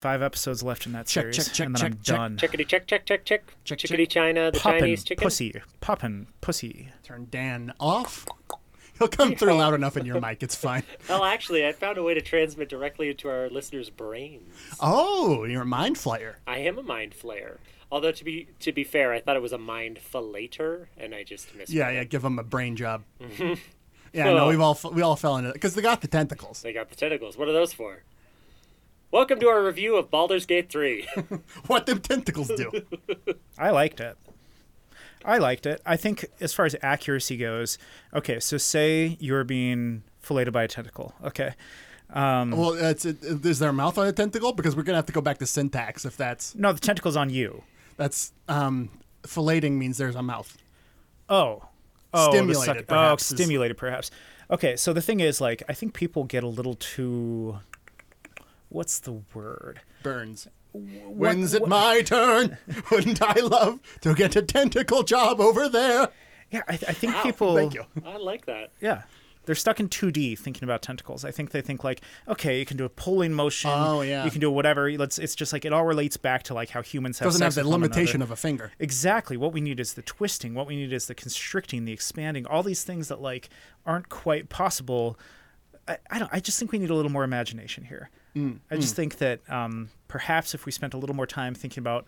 Five episodes left in that Check, series, check, check, and then I'm check, check. done. Chickadee check check check check. Check, Chickadee China, the Poppin' Chinese chicken. pussy, poppin' pussy. Turn Dan off. He'll come through loud enough in your mic. It's fine. Well, actually, I found a way to transmit directly into our listeners' brains. Oh, you're a mind flyer. I am a mind flayer. Although to be to be fair, I thought it was a mind fillator, and I just missed. Yeah, yeah. Give him a brain job. Yeah, no, Well- we've all f- we all fell into it because they got the tentacles. They got the tentacles. What are those for? Welcome to our review of Baldur's Gate 3. What them tentacles do? I liked it. I liked it. I think as far as accuracy goes, okay, so say you're being filleted by a tentacle. Okay. well, it's, it, is there a mouth on a tentacle? Because we're gonna have to go back to syntax if that's No, the tentacle's on you. that's um, filleting means there's a mouth. Oh. Oh, the Stimulated, suck- Oh, perhaps, is- stimulated, perhaps. Okay, so the thing is, like, I think people get a little too. What's the word? Burns. When's it my turn? Wouldn't I love to get a tentacle job over there? Yeah, I, I think Wow. people. Thank you. I like that. Yeah. They're stuck in 2D thinking about tentacles. I think they think like, okay, you can do a pulling motion. Oh, yeah. You can do whatever. Let's. It's just like it all relates back to like how humans have. Doesn't have sex the with one limitation another. of a finger. Exactly. What we need is the twisting. What we need is the constricting, the expanding. All these things that like aren't quite possible. I, I don't. I just think we need a little more imagination here. Mm, I just think that um, perhaps if we spent a little more time thinking about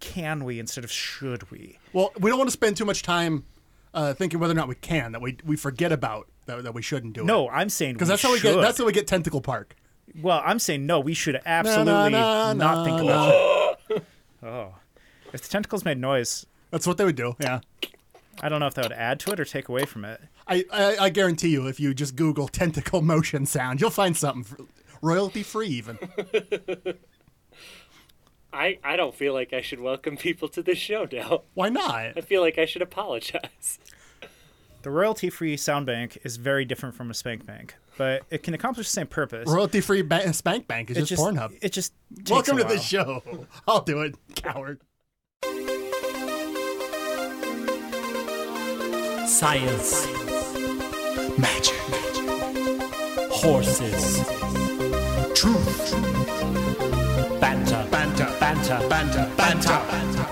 can we instead of should we. Well, we don't want to spend too much time uh, thinking whether or not we can that we we forget about that, that we shouldn't do it. No, I'm saying because that's how we get that's how we get Tentacle Park. well, I'm saying no. We should absolutely na, not na, think about it. Oh, if the tentacles made noise, That's what they would do. Yeah, I don't know if that would add to it or take away from it. I I, I guarantee you, if you just Google tentacle motion sound, you'll find something royalty free even. I, I don't feel like I should welcome people to this show now. Why not? I feel like I should apologize. The royalty free sound bank is very different from a spank bank, but it can accomplish the same purpose. Royalty free ba- spank bank is it just, Pornhub. It just takes Welcome a to the while. show. I'll do it, coward. Science. Magic. Horses. Truth. Banter. Banter. Banter. Banter. Banter. Banter.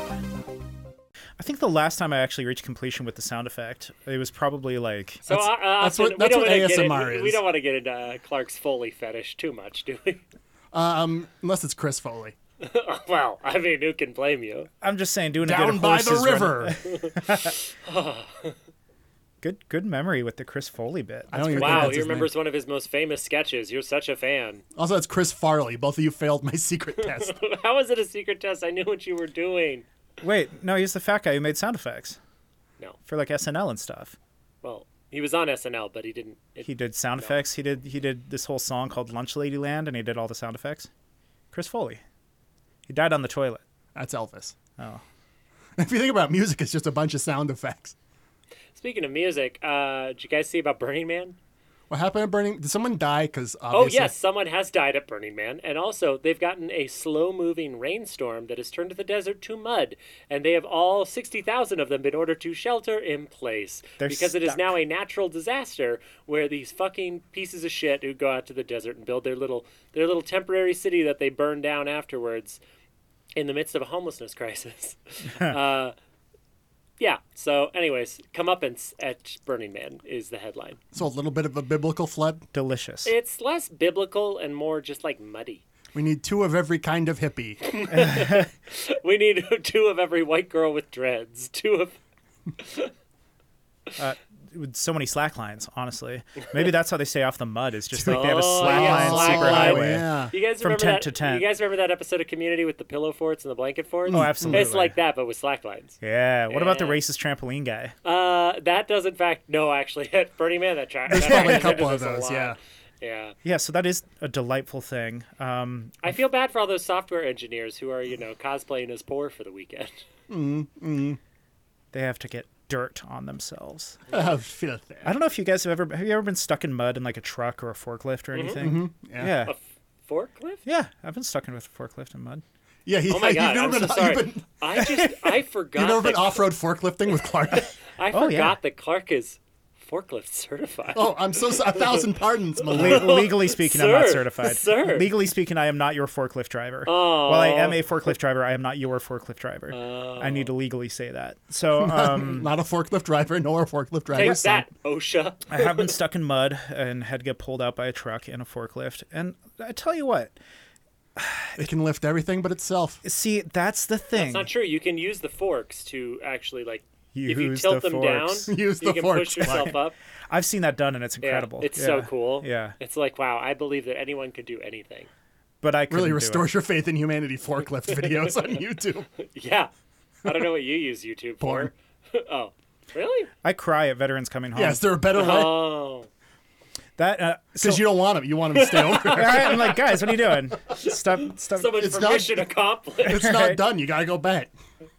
I think the last time I actually reached completion with the sound effect, it was probably like So That's- uh, uh, that's often what- that's we don't what wanna get in- ASMR we- is. We don't want to get into uh, Clark's Foley fetish too much, do we? Um, unless it's Chris Foley. well, I mean, who can blame you? I'm just saying doing a Down good by the horses run- river. Good good memory with the Chris Foley bit. I don't even think Wow, that's he his name. remembers one of his most famous sketches. You're such a fan. Also, that's Chris Farley. Both of you failed my secret test. How is it a secret test? I knew what you were doing. Wait, no, he's the fat guy who made sound effects No. for like SNL and stuff. Well, he was on SNL, but he didn't. It, He did sound effects. He did he did this whole song called Lunch Lady Land and he did all the sound effects. Chris Foley. He died on the toilet. That's Elvis. Oh. If you think about it, music, it's just a bunch of sound effects. Speaking of music, uh, did you guys see about Burning Man? What happened at Burning? Did someone die? Because Oh, yes, someone has died at Burning Man. And also, they've gotten a slow moving rainstorm that has turned the desert to mud. And they have all 60,000 of them been ordered to shelter in place. They're because it is stuck. now a natural disaster where these fucking pieces of shit who go out to the desert and build their little, their little temporary city that they burn down afterwards in the midst of a homelessness crisis. uh, yeah, so, anyways, comeuppance at Burning Man is the headline. So a little bit of a biblical flood. Delicious. It's less biblical and more just like muddy. We need two of every kind of hippie. We need two of every white girl with dreads. Two of with so many slack lines, honestly. Maybe that's how they stay off the mud. Is just like they have a Oh, slack yeah, line slack super line. highway. Yeah. you guys From remember tent that, to tent. You guys remember that episode of Community with the pillow forts and the blanket forts? Oh, absolutely. It's like that, but with slack lines. Yeah. What about the Yeah. racist trampoline guy? Uh, that does in fact no, actually, at Burning Man that track. There's probably a couple of those, yeah. Yeah. Yeah. So that is a delightful thing. Um, I feel bad for all those software engineers who are, you know, cosplaying as poor for the weekend. they have to get dirt on themselves. Oh, filthy. I don't know if you guys have ever have you ever been stuck in mud in like a truck or a forklift or anything. Mm-hmm. Yeah. Yeah. Mm-hmm. A f- forklift? Yeah, I've been stuck in with a forklift in mud. Yeah, he, Oh my god, you've I'm never so been, sorry. You've, been, I just I forgot you've never that been off-road forklifting with Clark. I Oh, forgot yeah. that Clark is forklift certified. Oh, I'm so sorry. A thousand pardons, my lord. Le- legally speaking, I'm not Sir, certified. sir. Oh. Legally speaking, I am not your forklift driver. While I am a forklift driver, I am not your forklift driver. I need to legally say that. So um, Not a forklift driver, nor a forklift driver. Take that, OSHA. I have been stuck in mud and had to get pulled out by a truck and a forklift. And I tell you what, It can lift everything but itself. see, that's the thing. It's not true. You can use the forks to actually like if you Use tilt the them forks. down, Use you the can forks. push yourself up. I've seen that done, and it's Yeah, incredible. it's so Yeah. cool. Yeah, it's like wow. I believe that anyone could do anything. but I couldn't Really do it. restores your faith in humanity forklift videos on YouTube. Yeah, I don't know what you use YouTube Porn. for. oh, really? I cry at veterans coming home. Yes, there a better way. Oh, that uh, so, Because you don't want them. You want them to stay over. All right, I'm like, guys, what are you doing? Stop, stop. so much It's for not- mission accomplished. It's not done. You got to go back.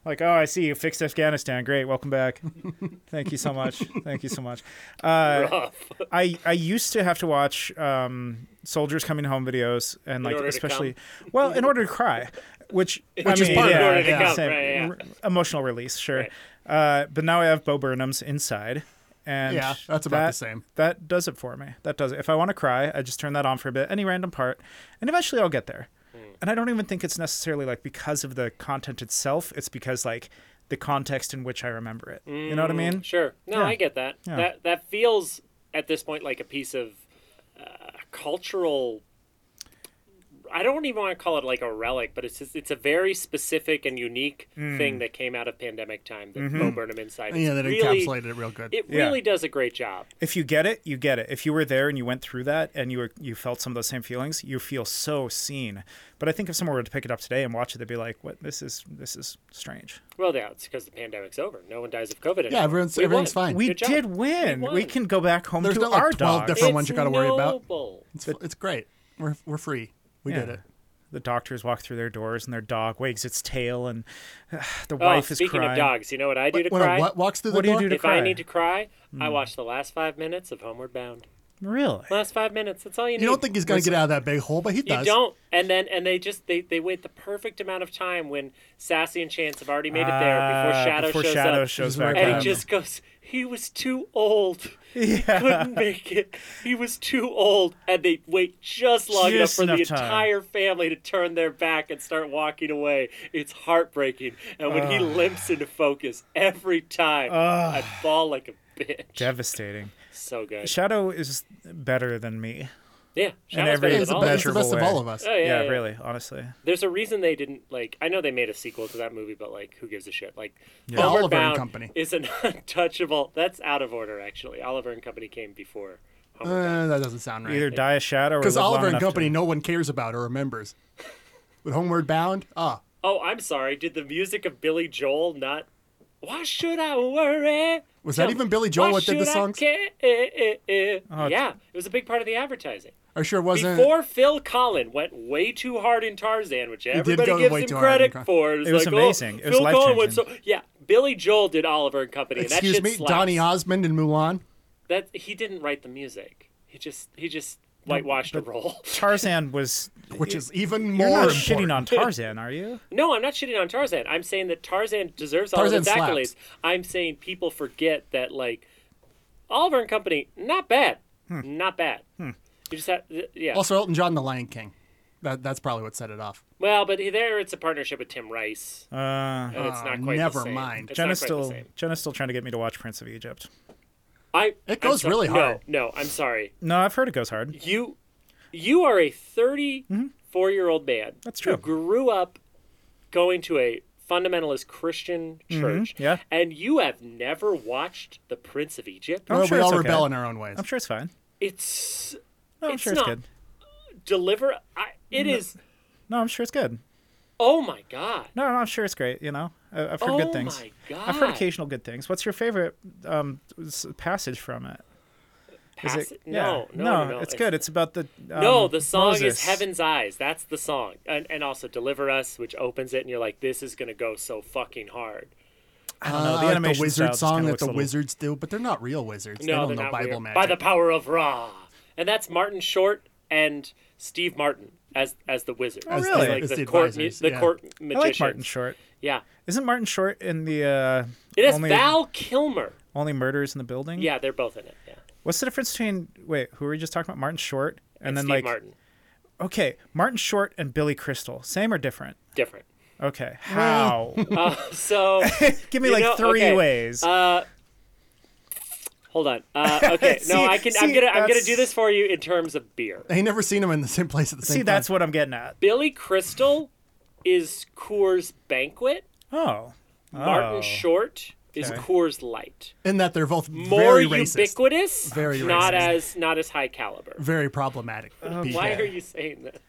Like, oh, I see you fixed Afghanistan. Great, welcome back. Thank you so much. Thank you so much. Uh, Rough. I I used to have to watch um, soldiers coming home videos and like order to especially well in order to cry, which which is part of yeah, in order to yeah, come, same. right, yeah. R- emotional release, sure. Uh, but now I have Bo Burnham's Inside, and Yeah, that's about the that- same. That does it for me. That does it. If I want to cry, I just turn that on for a bit, any random part, and eventually I'll get there. Hmm. And I don't even think it's necessarily like because of the content itself. It's because like the context in which I remember it. You know Mm. what I mean? Sure. No, Yeah. I get that. Yeah. That that feels at this point like a piece of uh, cultural. I don't even want to call it like a relic, but it's just, it's a very specific and unique Mm. thing that came out of pandemic time that Bo Burnham Inside. Yeah, is that really, encapsulated it real good. It Mm-hmm. Yeah. really does a great job. if you get it, you get it. If you were there and you went through that and you were you felt some of those same feelings, you feel so seen. But I think if someone were to pick it up today and watch it, they'd be like, "What? This is this is strange." Well, yeah, it's because the pandemic's over. No one dies of COVID anymore. yeah, everyone's We everything's won. fine. We Good job. did win. We We, won. can go back home There's to not, like, our 12 dogs. different- ones you gotta worry about. noble. it's, f- it's great. We're, we're free. We did Yeah. it. The doctors walk through their doors and their dog wags its tail, and the wife oh, is speaking crying. of dogs, you know what I do to When cry? a what walks through the What do you door, do to if I cry? need to cry, I Hmm. watch the last five minutes of Homeward Bound. Really? Last five minutes. That's all you need. you don't think he's going to get out of that big hole, but he You does. don't, and then and they just they they wait the perfect amount of time when Sassy and Chance have already made it there before Ah, Shadow before shows Shadow up, shows He's back right and Um, he up. just goes, "He was too old, couldn't make it. He was too old." And they wait just long Just enough for the enough time. entire family to turn their back and start walking away. It's heartbreaking, and Ah. when he limps into focus every time, I fall like a bitch. Devastating. so good. Shadow is better than me. Yeah, Shadow's every- better He's than the It's all of best, us. he's the best of Measurable all way. of us. Oh, yeah, yeah. really, honestly. There's a reason they didn't like. I know they made a sequel to that movie, but like, who gives a shit? Like, Homeward Oliver and Bound Company. is an untouchable. That's out of order, actually. Oliver and Company came before. Homeward Bound. Uh, that doesn't sound right. Either die a shadow or Because live long Oliver and enough to- Company, no one cares about or remembers. But Homeward Bound, ah, Oh, I'm sorry. Did the music of Billy Joel not? Why should I worry? Was that Tell even me, Billy Joel why that did the should I songs? Oh, care? Eh, yeah, it was a big part of the advertising. I sure wasn't. Before Phil Collin went way too hard in Tarzan, which go everybody gives way too him hard in credit Tarzan. for, it's It was like, amazing. Oh, It was Phil Collin went so life-changing. yeah. Billy Joel did Oliver and Company. and excuse that shit me, slaps. Donny Osmond and Mulan. That he didn't write the music. He just he just whitewashed a role. Tarzan was. which is even You're more not important. shitting on Tarzan, are you? No, I'm not shitting on Tarzan. I'm saying that Tarzan deserves all Tarzan of its slaps. accolades. I'm saying people forget that like Oliver and Company, not bad, Hmm. not bad. You just have yeah. Also, Elton John, The Lion King. That, that's probably what set it off. well, but there it's a partnership with Tim Rice, Uh, and it's not quite Uh-huh. never the same. mind. It's not Jenna's quite the still same. Jenna's still trying to get me to watch Prince of Egypt. I It I'm goes sorry. really no, hard. No, I'm sorry. No, I've heard it goes hard. You you are a 34 year old man. Mm-hmm. That's true. Who grew up going to a fundamentalist Christian church. Mm-hmm. yeah. And you have never watched The Prince of Egypt. I'm Well, sure we all it's okay. rebel in our own ways. I'm sure it's fine. It's No, I'm It's sure it's not- good. deliver. I, it is. No, I'm sure it's good. Oh my god. No, I'm sure it's great. You know, I, I've heard Oh good things. my I've heard God. occasional good things. What's your favorite um, s- passage from it? Is Pass- it? no, yeah. no, no, no, It's good. It's about the. Um, No, the song Moses. is Heaven's Eyes. That's the song. And, and also Deliver Us, which opens it, and you're like, this is going to go so fucking hard. I don't know. Uh, The like animation wizard style just song kinda that looks the a little- wizards do, but they're not real wizards. No, they they're don't know not Bible weird. magic. By the power of Ra, and that's Martin Short and Steve Martin as as the wizard. Oh, As- really? As, like As the, the court, mu- advisors, the yeah. court I magician. like Martin Short. Yeah, Isn't Martin Short in the? Uh, it has only... Val Kilmer. Only murders in the building. Yeah, they're both in it. Yeah. What's the difference between wait? Who were we just talking about? Martin Short and, And then Steve like Martin, okay, Martin Short and Billy Crystal, same or different? different. Okay, how? So Give me You like know, three okay, uh, ways. hold on. Uh, okay, See- no, I can. see, I'm gonna. I'm gonna that's- do this for you in terms of beer. I ain't never seen them in the same place at the same See, time. that's what I'm getting at. Billy Crystal is Coors Banquet. Oh, Martin Oh. Short is Okay. Coors Light. in that they're both More very racist, ubiquitous, Very not racist. as not as high caliber. very problematic. people. Uh, Why are you saying this?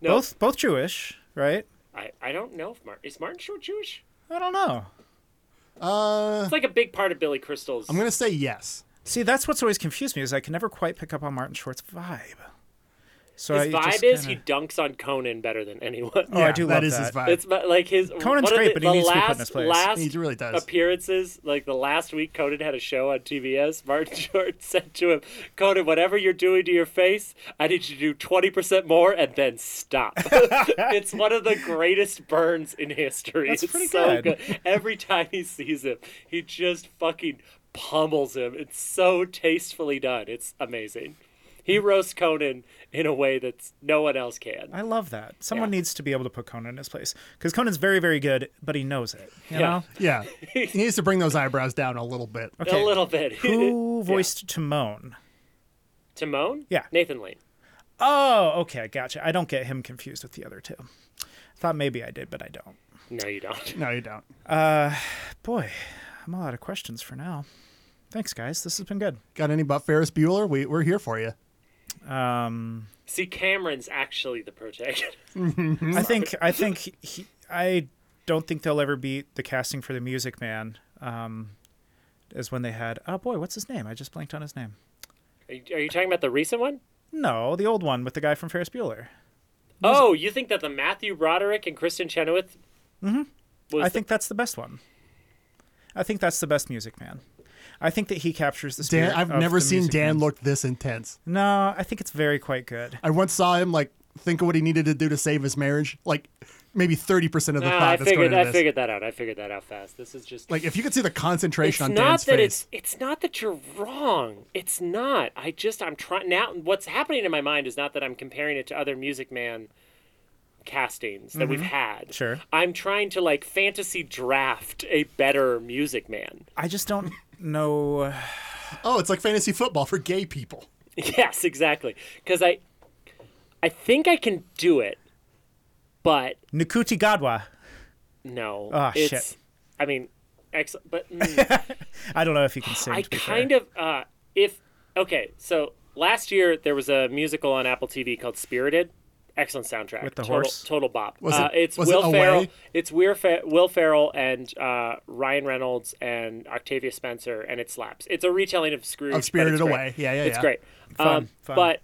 No, both both Jewish, right? I, I don't know if Martin is Martin Short Jewish. I don't know. Uh, It's like a big part of Billy Crystal's. I'm gonna say yes. See, that's what's always confused me is I can never quite pick up on Martin Short's vibe. So his I vibe just is kinda- he dunks on Conan better than anyone. Oh, I do that love is that. his vibe. It's about, like his Conan's one of great, the, but he the needs to be last, put in his place. Last He really does. appearances, like the last week Conan had a show on TBS. Martin Short said to him, "Conan, whatever you're doing to your face, I need you to do twenty percent more and then stop." it's one of the greatest burns in history. That's it's pretty so good. good. Every time he sees him, he just fucking pummels him. It's so tastefully done. It's amazing. He roasts Conan in a way that no one else can. I love that. Someone Yeah. needs to be able to put Conan in his place because Conan's very, very good, but he knows it. You Yeah. know? Yeah, he needs to bring those eyebrows down a little bit. Okay. A little bit. Who Yeah. voiced Timon? Timon? Yeah. Nathan Lane. Oh, okay, gotcha. I don't get him confused with the other two. Thought maybe I did, but I don't. No, you don't. No, you don't. Boy, I'm all out of questions for now. Thanks, guys. This has been good. Got any but Ferris Bueller? We we're here for you. See, Cameron's actually the protagonist. Mm-hmm. I think I think he, I don't think they'll ever beat the casting for the Music Man. Um, is when they had oh boy, what's his name? I just blanked on his name. Are you, are you talking about the recent one? No, the old one with the guy from Ferris Bueller. Oh, you think that the Matthew Broderick and Kristen Chenoweth? Mm-hmm. Was I think that's the best one. I think that's the best Music Man. I think that he captures the spirit. Dan, I've of never the seen Music Dan Man. look this intense. No, I think it's very quite good. I once saw him like think of what he needed to do to save his marriage. Like maybe thirty percent of the, the no, thought Ah, I that's going figured into I this. figured that out. I figured that out fast. This is just Like if you could see the it's concentration on not Dan's that face. it's it's not that you're wrong. It's not. I just I'm trying now. What's happening in my mind is not that I'm comparing it to other Music Man castings that we've Mm-hmm. had. Sure. I'm trying to like fantasy draft a better Music Man. I just don't know. Oh, it's like fantasy football for gay people. Yes, exactly. Because I, I think I can do it, but Nikuti Gadwa. no. Ah, shit. it's, I mean, ex- but mm, I don't know if you can sing. I to be fair. kind of uh, if okay. So last year there was a musical on Apple TV called Spirited. Excellent soundtrack. With the total, horse? Total bop. Was uh, it- it's was it Will Away? Ferrell. It's Weir Fe- Will Ferrell and uh, Ryan Reynolds and Octavia Spencer, and it slaps. It's a retelling of Scrooge. but it's Spirited great. Away. Yeah, yeah, It's yeah. great. um, fun. But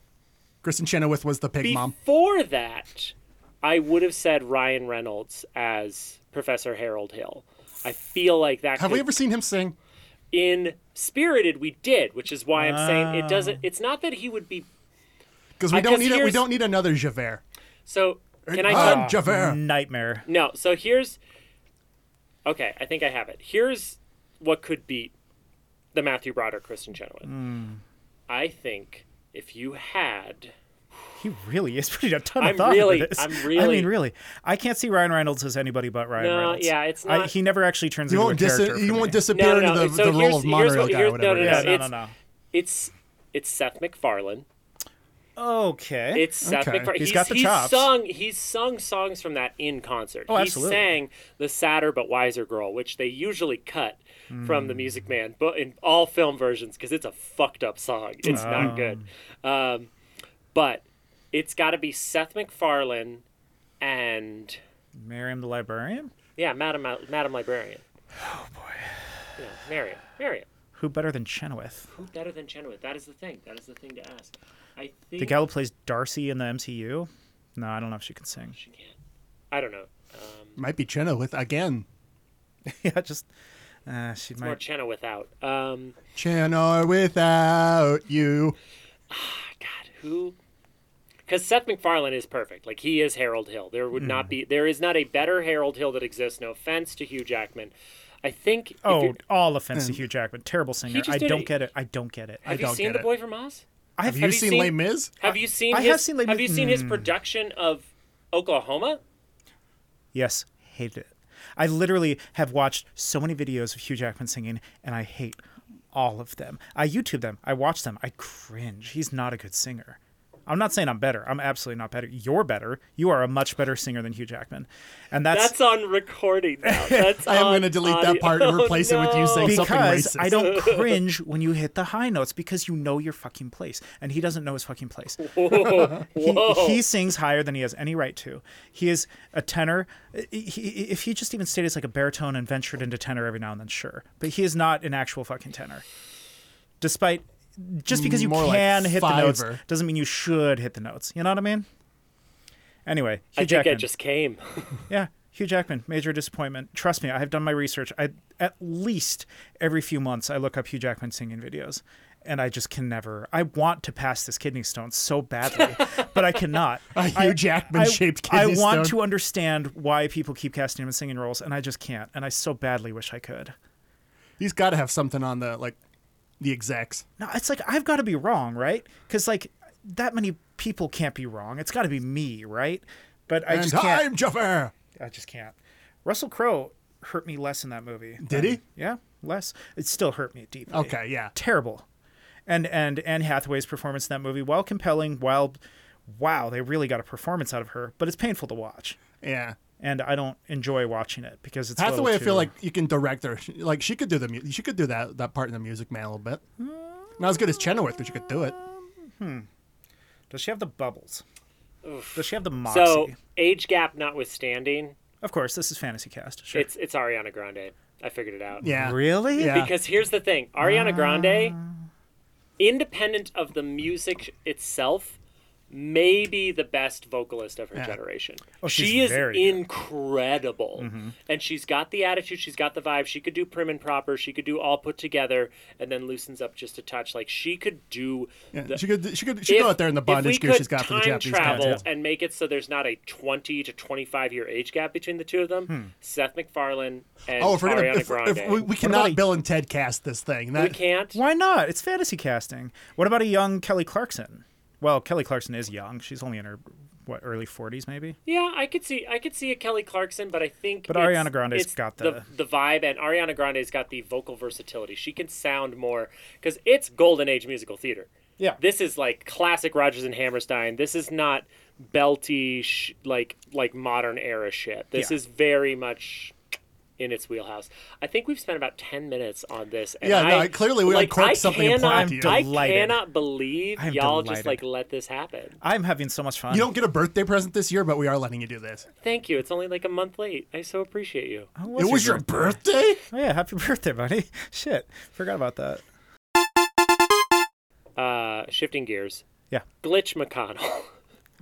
Kristen Chenoweth was the pig mom. Before that, I would have said Ryan Reynolds as Professor Harold Hill. I feel like that. Have we could- ever seen him sing? in Spirited? We did, which is why I'm saying it doesn't. It's not that he would be. Because we Uh, don't 'cause need a, we here's- don't need another Javert. So can I? Ah, tell- Javert. nightmare. no. So here's. Okay, I think I have it. Here's what could beat the Matthew Broderick Kristen Chenoweth. I think if you had. He really is putting a ton of I'm thought really- into this. I'm I really- mean, really, I can't see Ryan Reynolds as anybody but Ryan No, Reynolds. yeah, it's I, not- he never actually turns You into won't a dis- character. you for won't me. disappear No, no, into the, no. So the here's- role of here's monorail what- guy or here's- no, whatever. no, it no, is. Yeah, no, it's- no, no. It's. It's Seth MacFarlane. Okay. Uh, It's Seth Okay. MacFarlane. He's got the he's chops. Sung, he's sung songs from that in concert. Oh, he absolutely. sang the Sadder but Wiser Girl, which they usually cut from the Music Man, but in all film versions because it's a fucked up song. It's Oh. not good. Um, but it's got to be Seth MacFarlane and Miriam the librarian. yeah, Madam Madam Librarian. Oh boy. Yeah, Marion. Marion. Who better than Chenoweth? Who better than Chenoweth? That is the thing. That is the thing to ask. I think The gal who plays Darcy in the MCU. No, I don't know if she can sing. she can't. I don't know. Um, Might be Chenoweth again. yeah, just uh, she more might. Chenoweth out. Um, Chenor without you. God, who? Because Seth MacFarlane is perfect. Like he Hmm. is Harold Hill. There would not be. There is not a better Harold Hill that exists. No offense to Hugh Jackman. I think. if Oh, you- all offense to Hugh Jackman, terrible singer. just I did don't it- get it. I don't get it. I have you don't seen get The it. Boy from Oz? I've Have you seen seen- Les Mis? Have you seen? I have his, seen Les Have you Mis- seen his Mm. production of Oklahoma? Yes, hate it. I literally have watched so many videos of Hugh Jackman singing, and I hate all of them. I YouTube them. I watch them. I cringe. He's not a good singer. I'm not saying I'm better. I'm absolutely not better. You're better. You are a much better singer than Hugh Jackman, and that's, That's on recording now. That's I am on going to delete that audio. part and Oh, replace it with you no. saying something because racist. I don't cringe when you hit the high notes because you know your fucking place, and he doesn't know his fucking place. he, he sings higher than he has any right to. He is a tenor. He- he- if he just even stayed as like a baritone and ventured into tenor every now and then, sure. But he is not an actual fucking tenor. Despite just because you More like can hit the notes fiver. doesn't mean you should hit the notes. You know what I mean? Anyway, Hugh I think I Jackman. just came. Yeah, Hugh Jackman, major disappointment. Trust me, I have done my research. I at least every few months I look up Hugh Jackman singing videos, and I just can never. I want to pass this kidney stone so badly, but I cannot. A Hugh I- Jackman-shaped I, kidney I want stone. to understand why people keep casting him in singing roles, and I just can't. And I so badly wish I could. He's got to have something on the like the execs. No, it's like I've got to be wrong, right? Because like that many people can't be wrong. It's got to be me, right? But I and just can't. I'm Jafar. I just can't. Russell Crowe hurt me less in that movie. Did he? Yeah, less. It still hurt me deeply. Okay, yeah. Terrible. And and Anne Hathaway's performance in that movie, while compelling, while wow, they really got a performance out of her, but it's painful to watch. Yeah. And I don't enjoy watching it because it's a little Hathaway, I too- feel like you can direct her. She- Like she could do the mu- she could do that that part in the Music Man a little bit. Not as good as Chenoweth, but she could do it. Does she have the bubbles? Does she have the moxie? So age gap notwithstanding, of course, this is fantasy cast. Sure. it's it's Ariana Grande. I figured it out. Yeah. really? Yeah. Because here's the thing Ah. Ariana Grande, independent of the music itself, may be the best vocalist of her generation. she Oh, she's is very good. incredible. Mm-hmm. And she's got the attitude, she's got the vibe. She could do prim and proper, she could do all put together, and then loosens up just a touch. Like she could do. Yeah, the- she could she could she could go if- out there in the if bondage we gear could she's got for the time Japanese travel guys. and make it so there's not a 20 to 25 year age gap between the two of them. Seth MacFarlane Hmm. and Oh, if we're gonna Ariana if, Grande. if we, we a- cannot Bill and Ted cast this thing. That, we can't. Why not? It's fantasy casting. What about a young Kelly Clarkson? Well, Kelly Clarkson is young. She's only in her what early 40s maybe. Yeah, I could see I could see a Kelly Clarkson, but I think But it's- Ariana Grande's it's got the, the- the vibe, and Ariana Grande's got the vocal versatility. She can sound more because it's golden age musical theater. Yeah. this is like classic Rogers and Hammerstein. This is not belty sh- like like modern era shit. This Yeah. is very much in its wheelhouse. I think we've spent about ten minutes on this. And Yeah, no, I- clearly we like, uncorked I something cannot, important here. I I'm delighted. cannot believe I'm y'all just delighted. like let this happen. I'm having so much fun. you don't get a birthday present this year, but we are letting you do this. Thank you. It's only like a month late. I so appreciate you. Oh, it was your birthday? Oh, yeah, happy birthday, buddy. Shit, forgot about that. uh, shifting gears. Yeah. Glitch McConnell.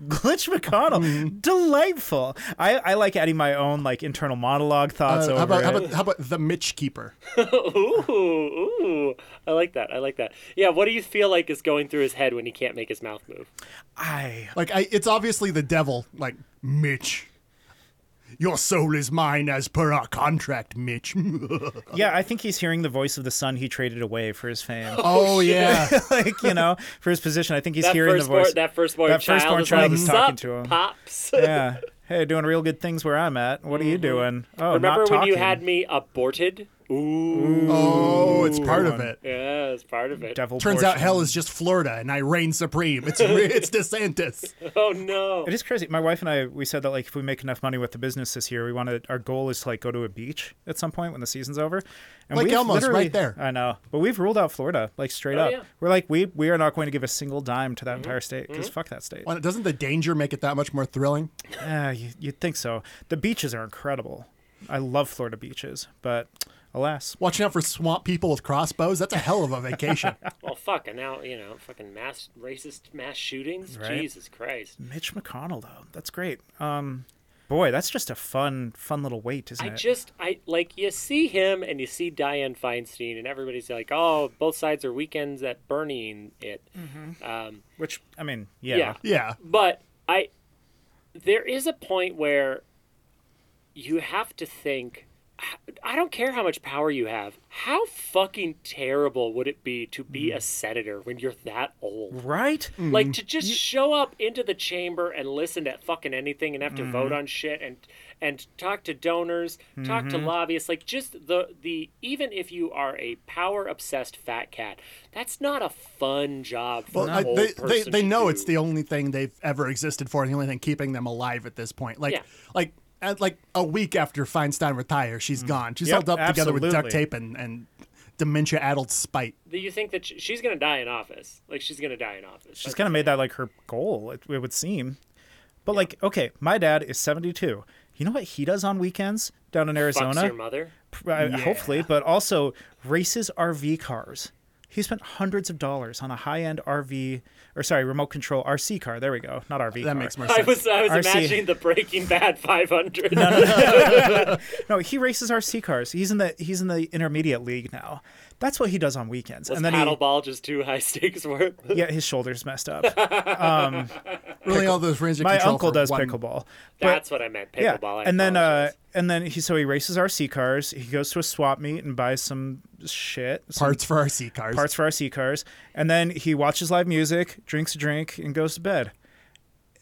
Glitch McConnell, Mm-hmm. delightful. I, I like adding my own like internal monologue thoughts Uh, over how about it. how about how about the Mitch Keeper? ooh, ooh. I like that. I like that. Yeah, what do you feel like is going through his head when he can't make his mouth move? I Like I, it's obviously the devil. Like Mitch, your soul is mine as per our contract, Mitch. Oh, yeah, I think he's hearing the voice of the son he traded away for his fame. oh yeah. like you know, for his position, I think he's That hearing the firstborn, voice. that firstborn that child firstborn is like, child is talking "Sup, to him." pops. yeah. Hey, doing real good things where I'm at. What are you doing? Oh, Mm-hmm. Remember not when you talking. had me aborted? Ooh, Oh, it's part of it. yeah, that's part of it. devil? Turns out portion. hell is just Florida, and I reign supreme. It's it's DeSantis. Oh no. It is crazy. My wife and I we said that like if we make enough money with the business this year, we want to. Our goal is to like go to a beach at some point when the season's over. And Like we've Elmo's, literally- right there. I know, but we've ruled out Florida like straight Oh, up. yeah. Mm-hmm. We're like we we are not going to give a single dime to that entire state because fuck that state. Well, doesn't the danger make it that much more thrilling? Ah, you, you'd think so. The beaches are incredible. I love Florida beaches, but alas, Watching out for swamp people with crossbows—that's a hell of a vacation. Well, fuck. And now you know, fucking mass racist mass shootings. Right. Jesus Christ. Mitch McConnell though, that's great. Um, boy, that's just a fun fun little wait, isn't I it? just I like you see him and you see Diane Feinstein and everybody's like, oh, both sides are weekends at burning it. Um, Which I mean, yeah. yeah. Yeah, but I there is a point where you have to think I don't care how much power you have. How fucking terrible would it be to be a senator when you're that old? Right? Like to just show up into the chamber and listen to fucking anything and have to Mm-hmm. vote on shit and and talk to donors, talk Mm-hmm. to lobbyists, like just the the even if you are a power obsessed fat cat, that's not a fun job for Well, an I, old they, they person they to know do. it's the only thing they've ever existed for, and the only thing keeping them alive at this point. Like Yeah. like at, like a week after Feinstein retires, she's Mm. gone. She's Yep, held up together with duct absolutely. tape and and dementia addled spite. Do you think that sh- she's gonna die in office? Like she's gonna die in office. She's kind of made that like her goal, it, it would seem. But like, okay, my dad is 72. You know what he does on weekends down in Fucks Arizona? your mother. P- uh, Hopefully, but also races RV cars. He spent hundreds of dollars on a high-end RV, or sorry, remote control RC car. There we go, not RV. That car. makes more I sense. was I was RC. imagining the Breaking Bad 500. No, he races RC cars. He's in the he's in the intermediate league now. That's what he does on weekends. Was and then paddle he, ball just too high stakes for him? yeah, his shoulders messed up. really, all those range of My control uncle for does one- pickleball. But- That's what I meant. Pickleball. yeah, I and then uh, apologize. and then he so he races RC cars. He goes to a swap meet and buys some shit, some parts for RC cars. parts for RC cars, and then he watches live music, drinks a drink, and goes to bed.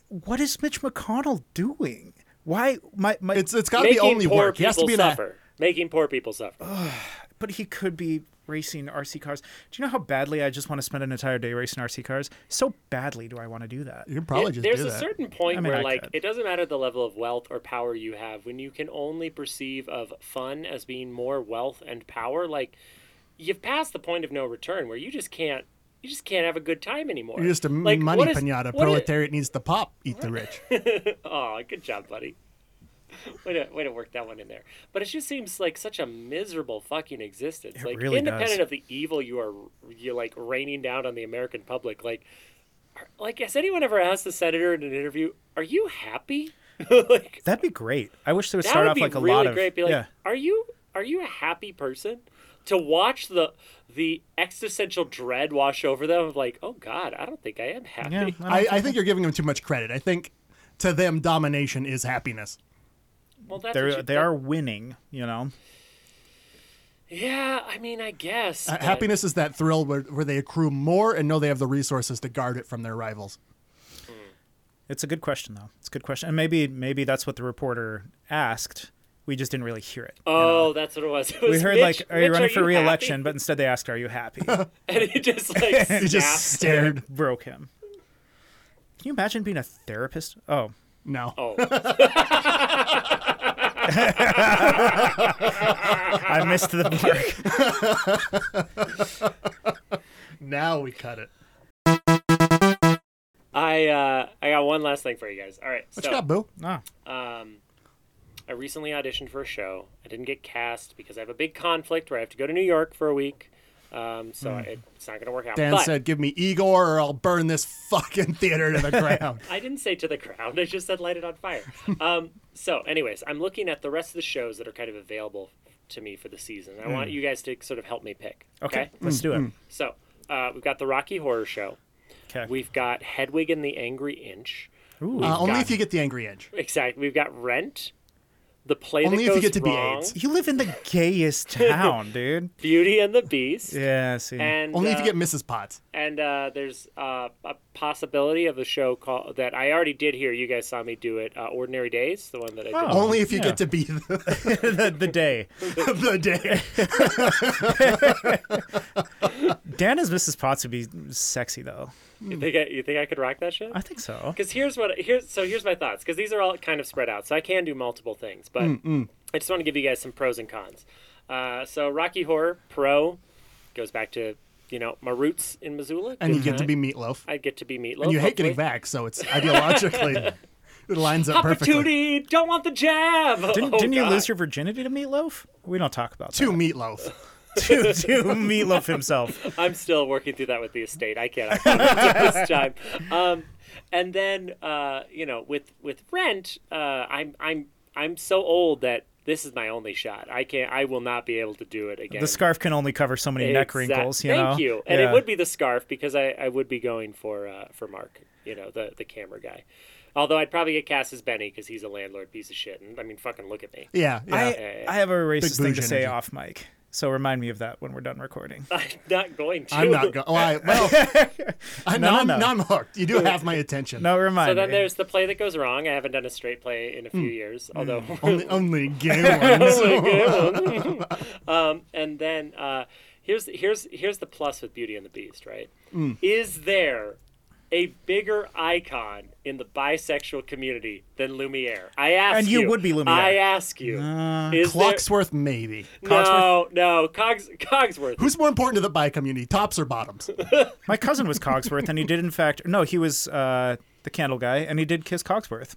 What is Mitch McConnell doing? Why my, my It's it's got to be making only poor work. He people has to be in a, suffer. Making poor people suffer. but he could be racing RC cars. Do you know how badly I just want to spend an entire day racing RC cars? So badly do I want to do that. You can probably It- just there's do a that. certain point I mean, where I like could. it doesn't matter the level of wealth or power you have when you can only perceive of fun as being more wealth and power like you've passed the point of no return where you just can't you just can't have a good time anymore You're just a Like, money what is- pinata. what is- Proletariat needs the pop. Eat the rich. Oh, good job, buddy. Way to, way to work that one in there. But it just seems like such a miserable fucking existence. like really does. independent of the evil you are you're like raining down on the American public, like are- like has anyone ever asked the senator in an interview, are you happy? like That'd be great. I wish there would that start would off be like a really lot of great. Be like, yeah. are you are you a happy person? To watch the the existential dread wash over them of like, oh God, I don't think I am happy. Yeah, I, I think you're giving them too much credit. I think to them, domination is happiness. well, that's what they're you- they are winning, you know. Yeah, I mean, I guess Uh, but- happiness is that thrill where, where they accrue more and know they have the resources to guard it from their rivals. It's a good question though. It's a good question. And maybe maybe that's what the reporter asked. We just didn't really hear it. Oh, that's what it was. It we was heard Mitch- like, "Are Mitch, you running for happy?" re-election?" But instead, they asked, "Are you happy?" and he just like They just snapped. stared. Broke him. Can you imagine being a therapist? Oh, No. Oh, I missed the mark. Now we cut it. I uh, I got one last thing for you guys. All right, What so you got, Boo? Oh, um, I recently auditioned for a show. I didn't get cast because I have a big conflict where I have to go to New York for a week. Um, so Hmm. I, it's not gonna work out. Dan but said, give me Igor or I'll burn this fucking theater to the ground. I didn't say to the ground. I just said light it on fire. um, so, anyways, I'm looking at the rest of the shows that are kind of available to me for the season. I want you guys to sort of help me pick. Hmm. okay. Hmm. Let's do it. So uh, we've got the Rocky Horror Show. Okay. We've got Hedwig and the Angry Inch. Uh, only got if you get the angry edge. Exactly. We've got Rent, The Play Only That if you Goes get to be Wrong, AIDS. you live in the gayest town, dude. Beauty and the Beast, Yeah. See. and Only if uh, you get Mrs. Potts. and uh, there's uh, a possibility of a show called that I already did here. You guys saw me do it. Uh, Ordinary Days, the one that I did. Oh. Only if you yeah. get to be the, the, the day. the day. Dan as Mrs. Potts would be sexy though. You think I, you think I could rock that show? I think so. Because here's what here's so here's my thoughts. Because these are all kind of spread out, so I can do multiple things. But Mm, I just want to give you guys some pros and cons. Uh, so Rocky Horror Pro goes back to you know my roots in Missoula. And Good you get to time. be Meatloaf. I get to be meatloaf. And you hate getting hopefully. back, so it's ideologically, it lines up perfectly. Opportunity, don't want the jab. Didn't, Oh, didn't you God. lose your virginity to Meatloaf? We don't talk about To Meatloaf. that. to, to Meatloaf himself. I'm still working through that with the estate. I can't at this time. Um, and then uh, you know, with with rent, uh, I'm I'm I'm so old that this is my only shot. I can't. I will not be able to do it again. The scarf can only cover so many neck Exact- wrinkles. You know. Thank you. And Yeah. it would be the scarf because I, I would be going for uh, for Mark, you know, the the camera guy. Although I'd probably get cast as Benny because he's a landlord piece of shit. And I mean, fucking look at me. Yeah, yeah. I, I have a racist thing bouge to say energy. off mic, so remind me of that when we're done recording. I'm not going to. I'm not going. Oh, I, well, I, No, now, I'm, no. now I'm hooked. You do have my attention. No, remind So then me. there's the play that goes wrong. I haven't done a straight play in a Hmm. few years, although Only, only gay ones. um, and then uh, here's here's here's the plus with Beauty and the Beast, right? Hmm. Is there a bigger icon in the bisexual community than Lumiere? I ask And you would be Lumiere. Uh, I ask you. is there- Clocksworth, maybe. no, no, Cogs, Cogsworth. Who's more important to the bi community, tops or bottoms? My cousin was Cogsworth, and he did in fact. No, he was uh, the candle guy, and he did kiss Cogsworth.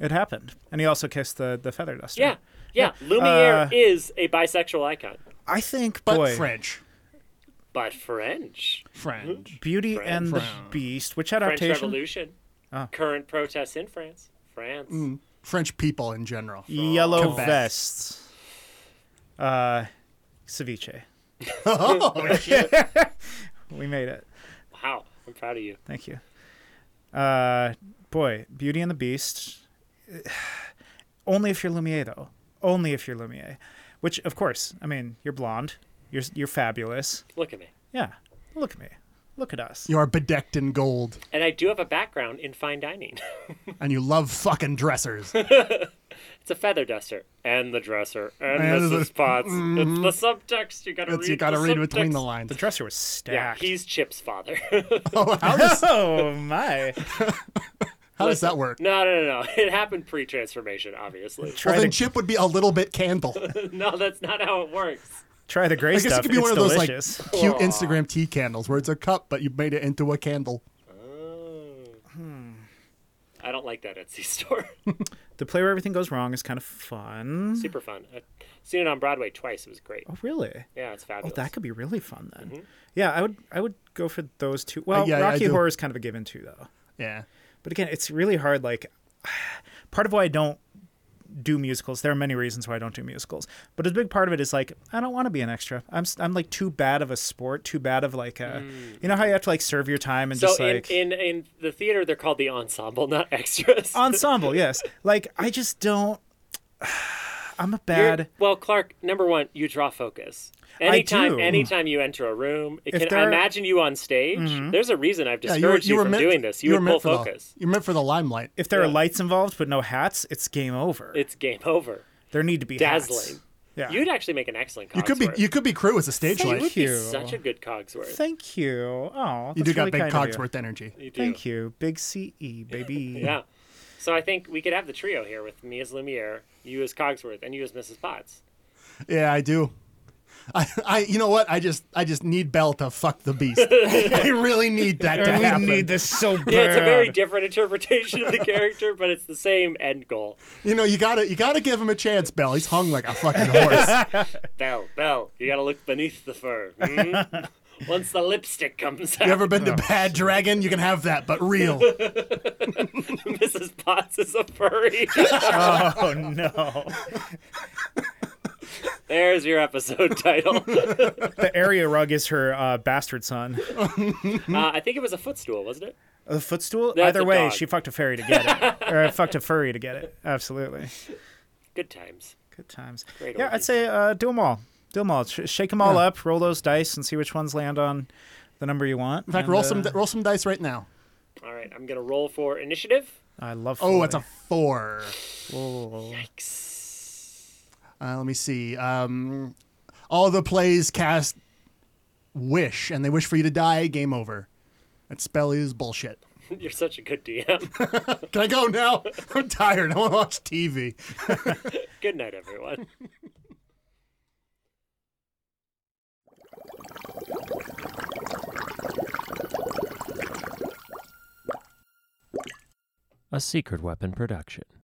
It happened, and he also kissed the the feather duster. yeah, yeah. Lumiere Uh, is a bisexual icon, I think But boy, French. but French, French. Beauty and the French. Beast, which French adaptation? Revolution, current protests in France, France. French people in general. Yellow Quebec. vests. Uh, ceviche. we made it. Wow, I'm proud of you. Thank you. Uh, boy, Beauty and the Beast. Only if you're Lumiere, though. Only if you're Lumiere. Which, of course, I mean, you're blonde. You're you're fabulous. Look at me. Yeah. Look at me. Look at us. You are bedecked in gold And I do have a background in fine dining. and you love fucking dressers. It's a feather duster and the dresser and, And the, the- spots. It's the subtext you gotta That's, read. you got to the read between the subtext. lines. The dresser was Yeah, stacked. he's Chip's father. Oh, how, does, oh my! how does that work? no, no, no, no. It happened pre-transformation, obviously. Try Well, then the Chip would be a little bit candle. no, that's not how it works. try the gray I guess stuff. it could be it's one of delicious. those like cute Instagram tea candles where it's a cup, but you made it into a candle. Oh. I don't like that Etsy store. the play where everything goes wrong is kind of fun. Super fun. I've seen it on Broadway twice. It was great. Oh really? Yeah, it's Oh, fabulous. that could be really fun then. Yeah, I would. I would go for those two. Well, Mm-hmm. yeah, I Rocky do. Horror is kind of a given too, though. Yeah. But again, it's really hard. Like, part of why I don't do musicals. There are many reasons why I don't do musicals, but a big part of it is like I don't want to be an extra. I'm s- I'm like too bad of a sport, too bad of like a. You know how you have to like serve your time and Mm. so just like in, in in the theater, they're called the ensemble, not extras. ensemble. yes, like I just don't. I'm a You're- bad. Well, Clark, number one, you draw focus. Anytime, do. anytime you enter a room, it If can, there I are- imagine you on stage. There's a reason I've Yeah, discouraged you, from meant- doing this. You, were would pull meant for the- focus. you were meant for the limelight. if there are yeah. lights involved but no hats, it's game over. It's game over. there need to be Dazzling. Hats. Yeah. You'd actually make an excellent. Cogsworth. You could be you could be crew as a stage Thank light. you. You, would be such a good Cogsworth. Thank you. Oh, do that's really got big kind of you. Cogsworth energy. you do. Thank you, big CE baby. Yeah. So I think we could have the trio here with me as Lumiere, you as Cogsworth, and you as Mrs. Potts. Yeah, I do. I, I you know what? I just I just need Bell to fuck the beast. I really need that to happen. we need this so bad. Yeah, it's a very different interpretation of the character, but it's the same end goal. You know, you gotta you gotta give him a chance, Bell. He's hung like a fucking horse. Bell, Bell, you gotta look beneath the fur. mm? Once the lipstick comes out. you ever been to Bad Dragon? You can have that, but real. Mrs. Potts is a furry. oh no, There's your episode title. Uh, the area rug is her uh, bastard son. Uh, I think it was a footstool, wasn't it? A footstool. That's Either a way, dog. she fucked a fairy to get it, or fucked a furry to get it. Absolutely, Good times. good times. Great yeah, orgy. I'd say uh, do them all. Do them all. Sh- shake them all up. Roll those dice and see which ones land on the number you want. uh, In fact, roll some roll some dice right now. All right, I'm gonna roll for initiative. I love. Oh, Foley. it's a four. Whoa. Uh, let me see. Um, all the plays cast wish, and they wish for you to die. Game over. That spell is bullshit. You're such a good DM. Can I go now? I'm tired. I want to watch TV. good night, everyone. A Secret Weapon production.